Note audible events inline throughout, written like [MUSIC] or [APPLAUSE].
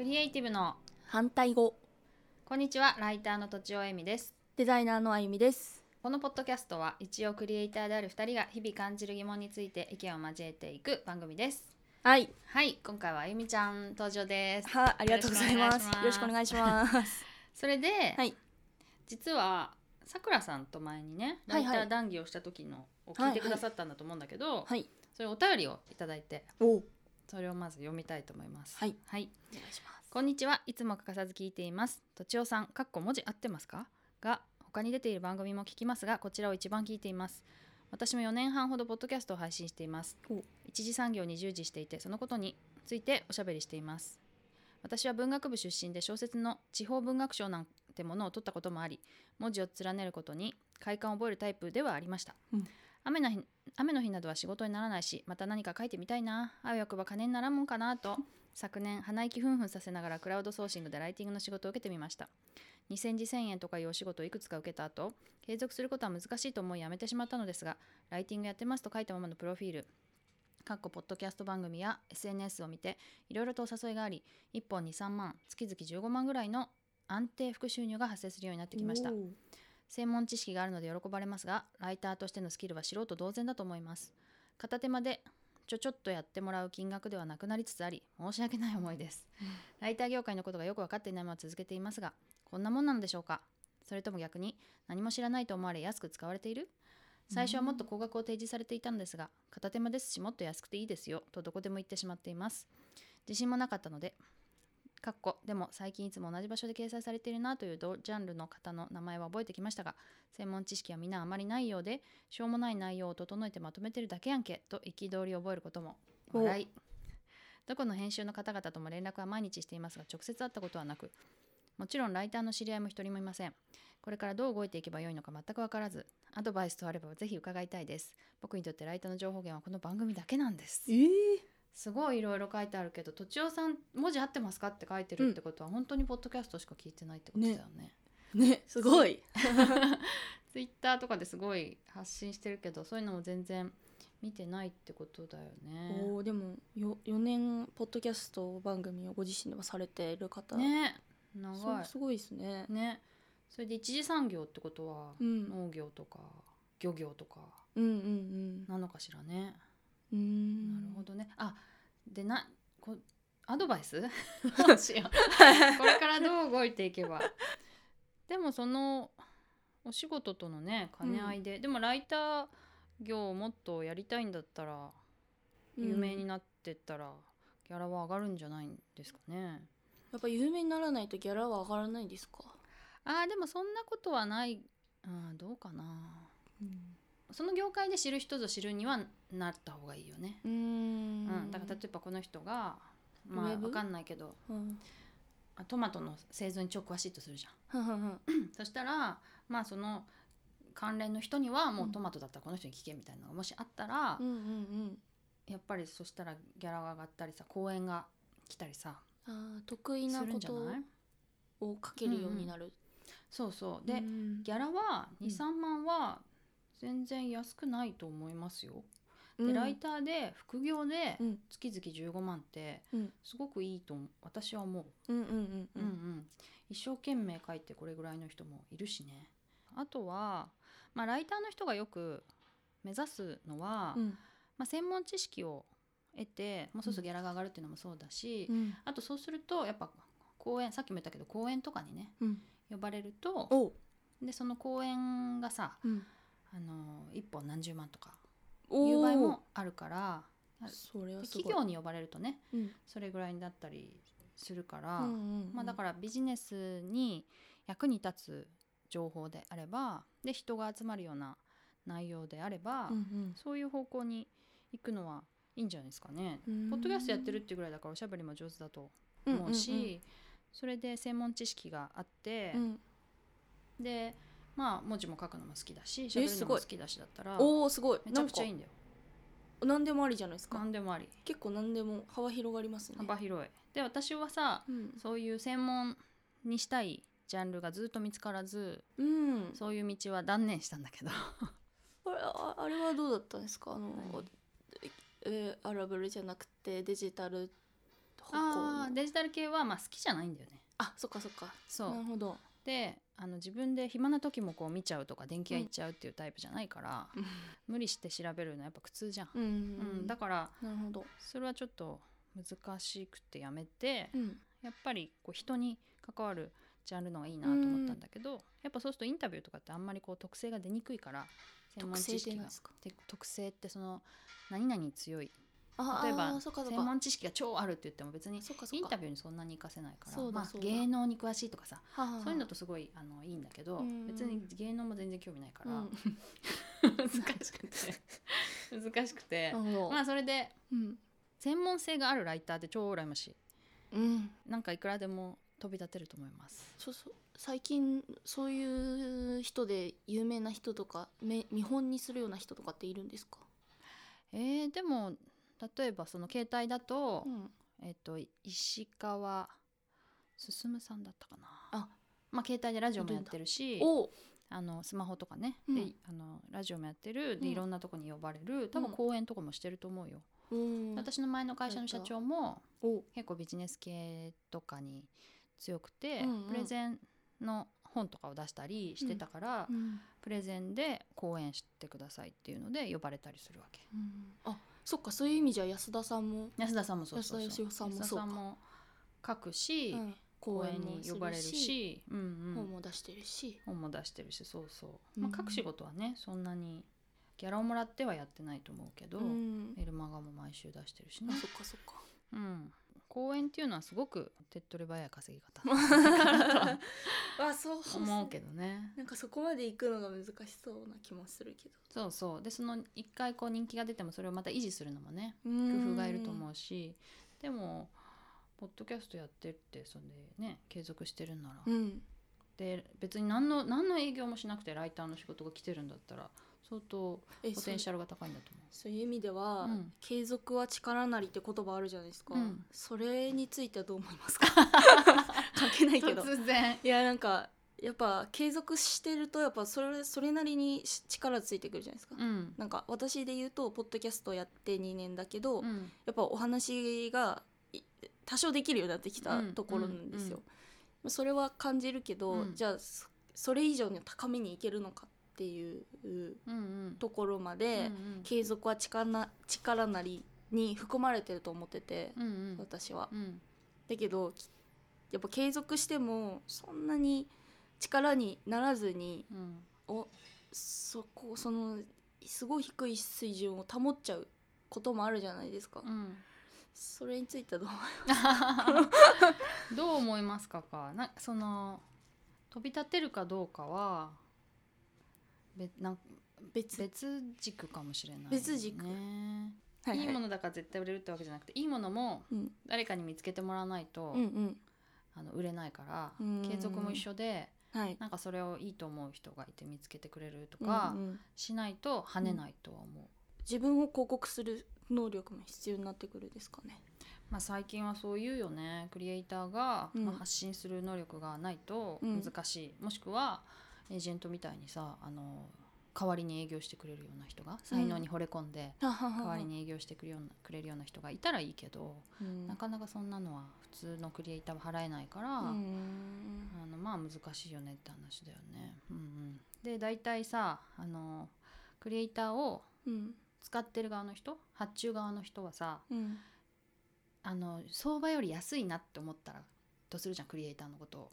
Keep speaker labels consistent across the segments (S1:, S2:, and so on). S1: エイティブの
S2: 反対語
S1: こんにちはライターのとちおえみです
S2: デザイナーのあゆみです
S1: このポッドキャストは一応クリエイターである2人が日々感じる疑問について意見を交えていく番組です
S2: はい
S1: はい今回はあゆみちゃん登場です
S2: はありがとうございます
S1: よ
S2: よ
S1: ろ
S2: ろ
S1: し
S2: し
S1: く
S2: く
S1: お
S2: お
S1: 願
S2: 願いします
S1: それで、
S2: はい
S1: 実はさくらさんと前にねラ
S2: は
S1: イ
S2: い
S1: タ
S2: はい
S1: ー談義をした時のを聞いてくださったんだと思うんだけど、
S2: はい
S1: それお便りをいただいて
S2: おお
S1: それをまず読みたいと思います
S2: はい、
S1: はい、
S2: 願いします
S1: こんにちは。いつも欠かさず聞いています。とちおさん、かっこ文字合ってますかが、他に出ている番組も聞きますが、こちらを一番聞いています。私も4年半ほどポッドキャストを配信しています
S2: お。
S1: 一次産業に従事していて、そのことについておしゃべりしています。私は文学部出身で小説の地方文学賞なんてものを取ったこともあり、文字を連ねることに快感を覚えるタイプではありました。
S2: うん
S1: 雨の日雨の日などは仕事にならないしまた何か書いてみたいなあわよくば金にならんもんかなと昨年鼻息ふんふんさせながらクラウドソーシングでライティングの仕事を受けてみました2000字1000円とかいうお仕事をいくつか受けた後継続することは難しいと思いやめてしまったのですがライティングやってますと書いたままのプロフィールかっこポッドキャスト番組や SNS を見ていろいろとお誘いがあり1本23万月々15万ぐらいの安定副収入が発生するようになってきました専門知識があるので喜ばれますがライターとしてのスキルは素人同然だと思います片手間でちょちょっとやってもらう金額ではなくなりつつあり申し訳ない思いです、
S2: うん
S1: ライター業界のことがよく分かっていないまま続けていますがこんなもんなのでしょうかそれとも逆に何も知らないと思われ安く使われている最初はもっと高額を提示されていたのですが片手間ですしもっと安くていいですよとどこでも言ってしまっています自信もなかったのでかっこでも最近いつも同じ場所で掲載されているなという同ジャンルの方の名前は覚えてきましたが専門知識はみんなあまりないようでしょうもない内容を整えてまとめてるだけやんけと憤りを覚えることも
S2: お
S1: 笑いどこの編集の方々とも連絡は毎日していますが直接会ったことはなくもちろんライターの知り合いも一人もいませんこれからどう動いていけばよいのか全く分からずアドバイスとあればぜひ伺いたいです僕にとってライターの情報源はこの番組だけなんです
S2: えー、
S1: すごいいろいろ書いてあるけどとちおさん文字合ってますかって書いてるってことは、本当にポッドキャストしか聞いてないってことだよね
S2: ねすごい
S1: ツイッターとかですごい発信してるけどそういうのも全然見てないってことだよ
S2: お
S1: ね
S2: おでもよ4年ポッドキャスト番組をご自身ではされている方
S1: ね
S2: そ
S1: 長
S2: うすごいですね
S1: いねそれで一次産業ってことは、
S2: うん
S1: 農業とか漁業とか
S2: うんうん
S1: なのかしらね、
S2: うんうん
S1: なるほどねあでなこアドバイ
S2: [LAUGHS]
S1: スどうしよう [LAUGHS] これからどう動いていけばでもそのお仕事とのね兼ね合いで、でもライター業をもっとやりたいんだったら有名に
S2: うん
S1: なってったら、ギャラは上がるんじゃないんですかね
S2: やっぱ有名にならないとギャラは上がらないんですか、
S1: あーでもそんなことはないあーどうかな
S2: うん
S1: その業界で知る人ぞ知るにはなった方がいいよね、
S2: うー
S1: うんんだから例えばこの人がま
S2: ウ
S1: あ
S2: ェブ
S1: わかんないけど
S2: うん
S1: あトマトの製造に超詳しいとするじゃん
S2: はんはんはん
S1: そしたらまあその関連の人にはもううんトマトだったらこの人に聞けみたいなのがもしあったら、
S2: うんうんうん
S1: やっぱりそしたらギャラが上がったりさ講演が来たりさ
S2: あー得意
S1: す
S2: な
S1: るん
S2: こ
S1: じゃ
S2: と
S1: ない
S2: をかけるようになる、
S1: そうそう
S2: う
S1: で、
S2: ん
S1: ギャラは
S2: うん
S1: 23万は全然安くないと思いますよ。
S2: う
S1: で
S2: ん
S1: ライターで副業で
S2: うん
S1: 月々15万って
S2: うん
S1: すごくいいと思う私は思う。
S2: うんうんう
S1: うんうんん、一生懸命書いてこれぐらいの人もいるしね。あとは、まあ、ライターの人がよく目指すのは、
S2: うん
S1: まあ、専門知識を得てもうそうするとギャラが上がるっていうのもそうだし、
S2: うん
S1: あとそうするとやっぱ公演さっきも言ったけど公演とかにね
S2: うん
S1: 呼ばれると
S2: お
S1: でその公演がさ
S2: うん
S1: あの1本何十万とか
S2: お
S1: いう場合
S2: ー
S1: もあるから
S2: それは
S1: です
S2: ごい
S1: 企業に呼ばれるとね
S2: うん
S1: それぐらいになったりするから、
S2: うんうんうん
S1: まあ、だからビジネスに役に立つ情報であればで人が集まるような内容であれば、
S2: うん
S1: そういう方向に行くのはいいんじゃないですかね。
S2: うん
S1: ポッドキャストやってるっていうぐらいだからおしゃべりも上手だと
S2: うんうん
S1: 思うし、それで専門知識があって
S2: う、ん
S1: でまあ文字も書くのも好きだししゃべる
S2: す
S1: の
S2: ご
S1: も
S2: い
S1: 好きだしだったら
S2: おおすごい
S1: めちゃくちゃいい
S2: なん
S1: んだ
S2: か
S1: よ。
S2: 何でもありじゃないですか
S1: 何でもあり
S2: 結構何でも幅広がりますね
S1: 幅広い。で私はさ
S2: うん
S1: そういう専門にしたいジャンルがずっと見つからず
S2: うん
S1: そういう道は断念したんだ
S2: [LAUGHS]
S1: けど
S2: あれああれはどうだったんですかあの
S1: 何
S2: えーアラブルじゃなくてデジタル方向の
S1: あーデジタル系はまあ好きじゃないんだよね
S2: あそっかそっか
S1: そう、
S2: なるほど
S1: であの自分で暇な時もこう見ちゃうとか電気屋行っちゃうっていうタイプじゃないから、無理して調べるのはやっぱ苦痛じゃん、
S2: うん、
S1: うんだから
S2: らなるほど
S1: それはちょっと難しくてやめて、
S2: うん
S1: やっぱりこう人に関わるジャンルのがいいなと思ったんだけど、やっぱそうするとインタビューとかってあんまりこう特性が出にくいから専門知識が
S2: すか
S1: で特性ってその何々に強い
S2: あ
S1: 例えば
S2: そっかそっ
S1: 専
S2: か
S1: 門知識が超あるって言っても別に
S2: そっかそ
S1: イ
S2: っ
S1: ン
S2: か
S1: タビューにそんなに活かせないから
S2: そう
S1: ま
S2: だ
S1: あ
S2: そう、だ
S1: 芸能に詳しいとかさ
S2: ははは
S1: そういうのとすごいあのいいんだけど、
S2: うん
S1: 別に芸能も全然興味ないか
S2: う
S1: ら、
S2: ん
S1: [LAUGHS] 難しくて難しくて、
S2: なるほど
S1: まあそれで
S2: うん
S1: 専門性があるライターって超羨ましい
S2: うん
S1: なんかいくらでも飛び立てると思います
S2: そうそう最近そういう人で有名な人とかめ見本にするような人とかっているんですか、
S1: えーでも例えばその携帯だと、
S2: うん、
S1: えっと石川進さんだったかな
S2: あ
S1: まあ携帯でラジオもやってるし
S2: お
S1: あのスマホとかね、
S2: うん
S1: であのラジオもやってるで、
S2: うん
S1: いろんなとこに呼ばれる多分
S2: うん
S1: 講演とかもしてると思うよ、
S2: うん
S1: 私の前の会社の社長も
S2: お
S1: 結構ビジネス系とかに強くて、
S2: うんうん
S1: プレゼンの本とかを出したりしてたから、
S2: うん
S1: プレゼンで講演してくださいっていうので呼ばれたりするわけ
S2: あそっかそういう意味じゃ安田さんも、
S1: 安田さんもそうそうそう
S2: 安田義雄さんも
S1: 安田
S2: そうか
S1: も書くし、
S2: うん
S1: 講演に呼ばれるしうんうん、
S2: 本も出してるし、
S1: 本も出してるしそうそう、
S2: うん
S1: まあ、書く仕事はねそんなにギャラをもらってはやってないと思うけど、
S2: うん
S1: メルマガも毎週出してるし
S2: あ
S1: ね、
S2: そっかそっか
S1: うん、公演っていうのはすごく手っ取り早い稼ぎ方だ
S2: [LAUGHS]
S1: とは
S2: あそう
S1: 思うけどね
S2: なんかそこまで行くのが難しそうな気もするけど
S1: そうそうでその一回こう人気が出てもそれをまた維持するのもね
S2: 工
S1: 工夫がいると思
S2: う
S1: うしでもポッドキャストやってってそれでね継続してるんなら、
S2: うん
S1: で別に何の何の営業もしなくてライターの仕事が来てるんだったら相当
S2: え
S1: ポテンシャルが高いんだと思う。
S2: そういう意味では、
S1: うん
S2: 継続は力なりって言葉あるじゃないですか、
S1: うん
S2: それについてはどう思いますか
S1: [LAUGHS]
S2: 関係ないけど
S1: 突然
S2: いやなんかやっぱ継続してるとやっぱそれそれなりにし力ついてくるじゃないですか、
S1: うん
S2: なんか私で言うとポッドキャストやって2年だけど、
S1: う
S2: や
S1: ん
S2: っぱお話がい多少できるようになってきたところなんですよ、
S1: うん
S2: それは感じるけど、
S1: うん
S2: じゃあそそれ以上に高めにいけるのかっていう
S1: うんうん
S2: ところまで、
S1: うん
S2: 継続は力な力なりに含まれてると思ってて、
S1: うんうん
S2: 私は
S1: う。ん
S2: だけどきやっぱ継続してもそんなに力にならずに
S1: うん
S2: おそこそのすごい低い水準を保っちゃうこともあるじゃないですか。
S1: うん
S2: それについてはどう思います
S1: どう思いますかかなその飛び立てるかどうかはべなん
S2: 別
S1: 別軸かもしれない、ね、
S2: 別軸
S1: ね
S2: はいい
S1: い
S2: はい
S1: ものだから絶対売れるってわけじゃなくていいものも
S2: うん
S1: 誰かに見つけてもらわないと、
S2: うんうん
S1: あの売れないから
S2: うん
S1: 継続も一緒で
S2: はい
S1: なんかそれをいいと思う人がいて見つけてくれるとか
S2: うんうん
S1: しないと跳ねないとは思う、
S2: 自分を広告する能力も必要になってくるですかね。
S1: まあ、最近はそう言うよねクリエイターが、
S2: うん
S1: まあ発信する能力がないと
S2: うん
S1: 難しい、もしくはエージェントみたいにさあの代わりに営業してくれるような人が才能に惚れ込んで、代わりに営業してくれるようなくれるような人がいたらいいけど、
S2: うん
S1: なかなかそんなのは普通のクリエイターは払えないから、
S2: うん
S1: あのまあ難しいよねって話だよね。うんうん、で大体さあのクリエイターを
S2: うん
S1: 使ってる側の人発注側の人はさ
S2: うん
S1: あの相場より安いなって思ったらとするじゃんクリエイターのことを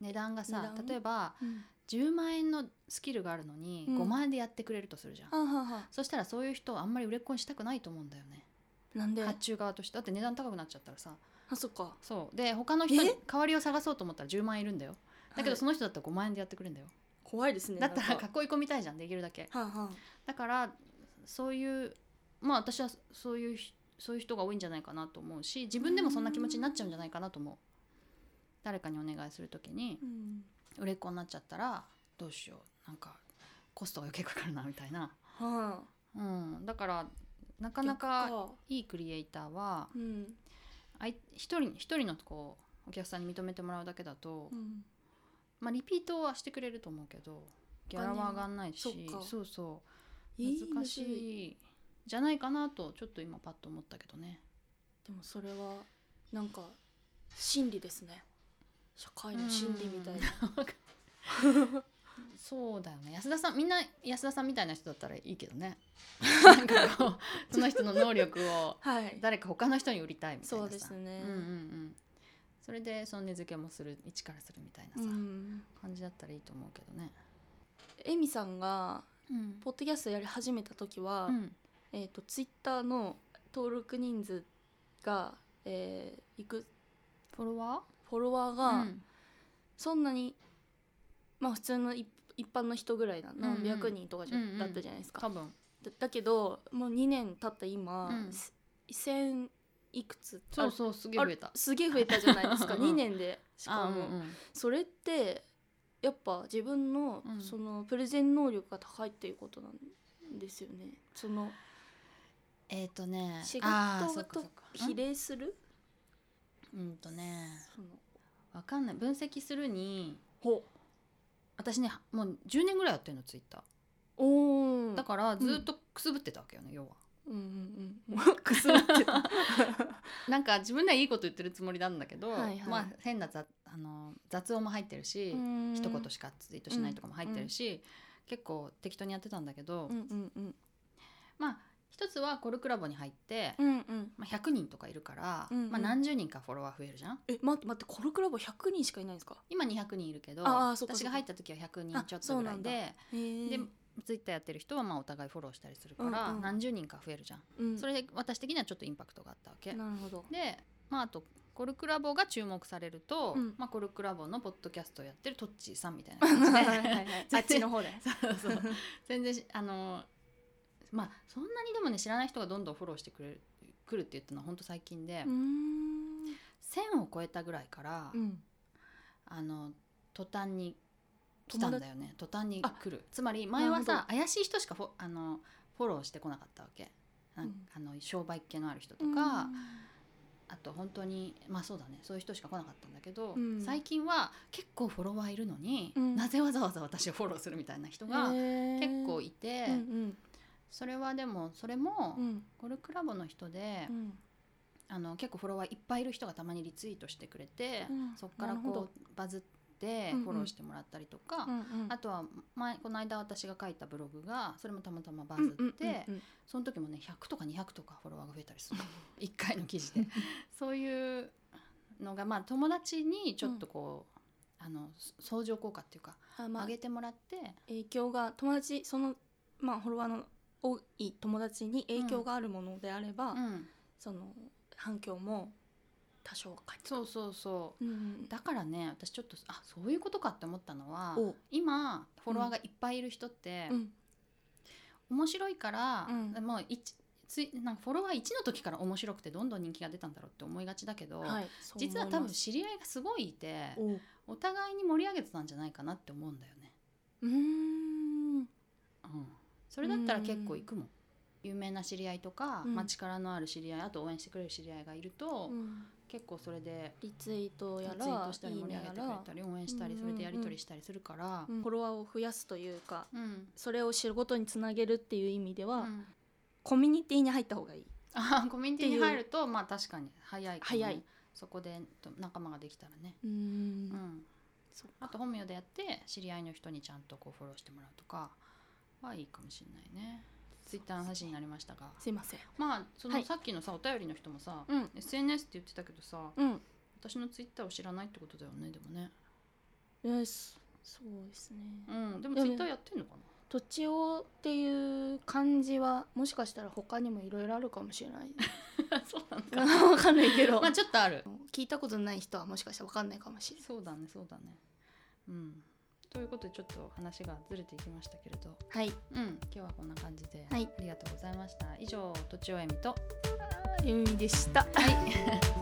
S1: 値段がさ
S2: 値段
S1: 例えば
S2: うん
S1: 10万円のスキルがあるのに
S2: うん
S1: 5万円でやってくれるとするじゃん、
S2: あはは
S1: そしたらそういう人をあんまり売れっ子にしたくないと思うんだよね
S2: なんで
S1: 発注側としてだって値段高くなっちゃったらさ
S2: あそっか
S1: そうで他の人に
S2: え
S1: 代わりを探そうと思ったら10万円いるんだよだけ
S2: は
S1: ど
S2: い
S1: その人だったら5万円でやってくれるんだよ、
S2: 怖いですね
S1: だった
S2: な
S1: ら
S2: んか
S1: 囲い込みたいじゃんできるだけ
S2: はあはあ
S1: だからそういうまあ私はそういうひそういう人が多いんじゃないかなと思うし自分でもそんな気持ちになっちゃうんじゃないかなと思う誰かにお願いするときに
S2: うん
S1: 売れっ子になっちゃったらどうしようなんかコストが余計かかるなみたいな、
S2: は
S1: うん、だからな
S2: あ
S1: かなか
S2: 逆
S1: いいクリエイターは
S2: うん
S1: あい一人一人のこうお客さんに認めてもらうだけだと、
S2: うん
S1: まあ、リピートはしてくれると思うけどギャラは上がんないし
S2: お金もそっか
S1: そうそう
S2: いい
S1: 難しいじゃないかなとちょっと今パッと思ったけどね
S2: でもそれはなんか真理ですね社会の真理みたいな、
S1: そうだよね安田さんみんな安田さんみたいな人だったらいいけどねなんかこうその人の能力を
S2: はい
S1: 誰か他の人に売りたいみたいなさ
S2: そうですね
S1: うんうんうん、それでその根付けもする一からするみたいな
S2: う
S1: さ、
S2: ん
S1: 感じだったらいいと思うけどね、
S2: エミさんが
S1: うん
S2: ポッドキャストやり始めた時は、
S1: うん
S2: えっ、とツイッターの登録人数がえーいく
S1: フォロワ
S2: フォロワー
S1: ー
S2: が、そんなにまあ普通の一一般の人ぐらいな
S1: うんう
S2: 何
S1: ん
S2: 百人とかじゃ、
S1: うんうん
S2: だったじゃないですか
S1: 多分
S2: だだけどもう2年経った今、
S1: うん
S2: せ1000いくつ
S1: そう
S2: う
S1: そうすげえ増えた
S2: すげえ増えたじゃないですか
S1: [LAUGHS] うんうん
S2: 2年でしか
S1: う
S2: も、
S1: んうん
S2: それってやっぱ自分の
S1: うん
S2: そのプレゼン能力が高いっていうことなんですよねその
S1: えっ、とね
S2: 仕
S1: あーそ
S2: 事
S1: っかそ
S2: と
S1: っか
S2: 比例する
S1: うんうんとね
S2: その
S1: わかんない分析するに
S2: ほ
S1: 私ねもう10年ぐらいやってるのツイッタ
S2: お
S1: ー
S2: ー
S1: だからずっとくすぶってたわけよね、要は
S2: うんうんうんくすぶっ
S1: [LAUGHS]
S2: てた [LAUGHS]
S1: なんか自分ではいいこと言ってるつもりなんだけど、
S2: はいはい
S1: まあ変な雑あの雑音も入ってるし、一言しかツイートしないとかも入ってるし、結構適当にやってたんだけど、
S2: うんうんうん
S1: まあ一つはコルクラボに入って、
S2: うんうん
S1: まあ、100人とかいるから、
S2: うんうん
S1: まあ、何十人かフォロワー増えるじゃん
S2: え待って待ってコルクラボ100人しかいないんですか
S1: 今200人いるけど
S2: あーそっかそ
S1: 私
S2: っか
S1: が入った時は100人ちょっとぐらいで
S2: へー
S1: でツイッターやってる人はまあお互いフォローしたりするから、
S2: うんうん
S1: 何十人か増えるじゃん、
S2: うん
S1: それで私的にはちょっとインパクトがあったわけ。
S2: なる
S1: [LAUGHS]
S2: ほど
S1: で、まあ、あとコルクラボが注目されると、
S2: うん
S1: まあ、コルクラボのポッドキャストをやってるトッチーさんみたいな感じで
S2: はいはいはい [LAUGHS] あっちの方で
S1: [LAUGHS] そうそう全然しあのーまあそんなにでもね知らない人がどんどんフォローしてくれる来るって言ったのは本当最近で、
S2: [LAUGHS] うーん
S1: 1,000を超えたぐらいから、
S2: うん
S1: あの途端に来たんだよね途端に来るつまり前は
S2: なる
S1: さ怪しい人しかフォあのフォローしてこなかったわけ。なん
S2: うん
S1: あの商売系のある人と
S2: うん
S1: か、あと本当にまあそうだねそういう人しか来なかったんだけど、
S2: うん
S1: 最近は結構フォロワーいるのに、
S2: うん
S1: なぜわざわざ私をフォローするみたいな人が
S2: へー
S1: 結構いて、
S2: うんうん
S1: それはでもそれも
S2: うん
S1: ゴルクラボの人で、
S2: うん
S1: あの結構フォロワーいっぱいいる人がたまにリツイートしてくれて、
S2: うん
S1: そこから
S2: なるほ
S1: こ
S2: ど
S1: うバズって
S2: うんうん
S1: フォローしてもらったりとか、
S2: うんうん
S1: あとは前この間私が書いたブログがそれもたまたまバズって、
S2: うんうんうん
S1: その時もね100とか200とかフォロワーが増えたりする1
S2: [LAUGHS]
S1: 回の記事でそういうのがまあ友達にちょっとこう、あのそ相乗効果っていうか、
S2: あまあ
S1: 上げてもらって
S2: 影響が友達そのまあフォロワーの多い友達に影響があるものであれば、
S1: うん
S2: その反響も多少は返ってくる
S1: そうそうそう
S2: うんうん
S1: だからね私ちょっとあそういうことかって思ったのは
S2: お
S1: 今フォロワーがいっぱいいる人って、
S2: うん
S1: 面白いから、
S2: うん
S1: もう一ついなんかフォロワー1の時から面白くてどんどん人気が出たんだろうって思いがちだけど、
S2: はい、
S1: 実は多分知り合いがすごいいて
S2: そう思います
S1: お互いに盛り上げてたんじゃないかなって思うんだよね。
S2: おうーん
S1: うん、それだったら結構行くもん、有名な知り合いとか、
S2: うん
S1: まあ、力のある知り合いあと応援してくれる知り合いがいると、
S2: うん
S1: 結構それで
S2: リツイート
S1: ツイ
S2: やら
S1: ートしたり
S2: いい
S1: 盛り
S2: ね
S1: 上げて
S2: や
S1: くれ
S2: ら
S1: たり応援したり
S2: うん
S1: それでやり取りしたりするから、
S2: うんフォロワーを増やすというか
S1: うん
S2: それを仕事につなげるっていう意味では、
S1: うん
S2: コミュニティに入った方がいい。
S1: あ [LAUGHS] コミュニティに入るとまあ確かに早いかもね
S2: 早い
S1: そこでと仲間ができたらね、
S2: うーん
S1: うんあと本名でやって知り合いの人にちゃんとこうフォローしてもらうとかはいいかもしれないねツイッターの話になりましたが、
S2: すいません。
S1: まあそ
S2: は
S1: の
S2: い
S1: さっきのさ、お便りの人もさ、
S2: うん
S1: SNS って言ってたけどさ
S2: うん。
S1: 私のツイッターを知らないってことだよねでもね
S2: よし。そうですね。
S1: うんでも
S2: で
S1: ツ
S2: も
S1: イ
S2: ね
S1: ッターやってんのかな
S2: とちおっていう漢字はもしかしたら他にもいろいろあるかもし
S1: [LAUGHS]
S2: れない。 [LAUGHS]
S1: そうなのか
S2: わかんないけ [LAUGHS] ど。
S1: まあちょっとある
S2: 聞いたことない人はもしかしたらわかんないかもしれない。
S1: そうだねそうだねうんということでちょっと話がずれていきましたけれど
S2: はい。
S1: うん、今日はこんな感じで、
S2: はい
S1: ありがとうございました。以上、とちおえみと。
S2: ゆみでした。
S1: はい。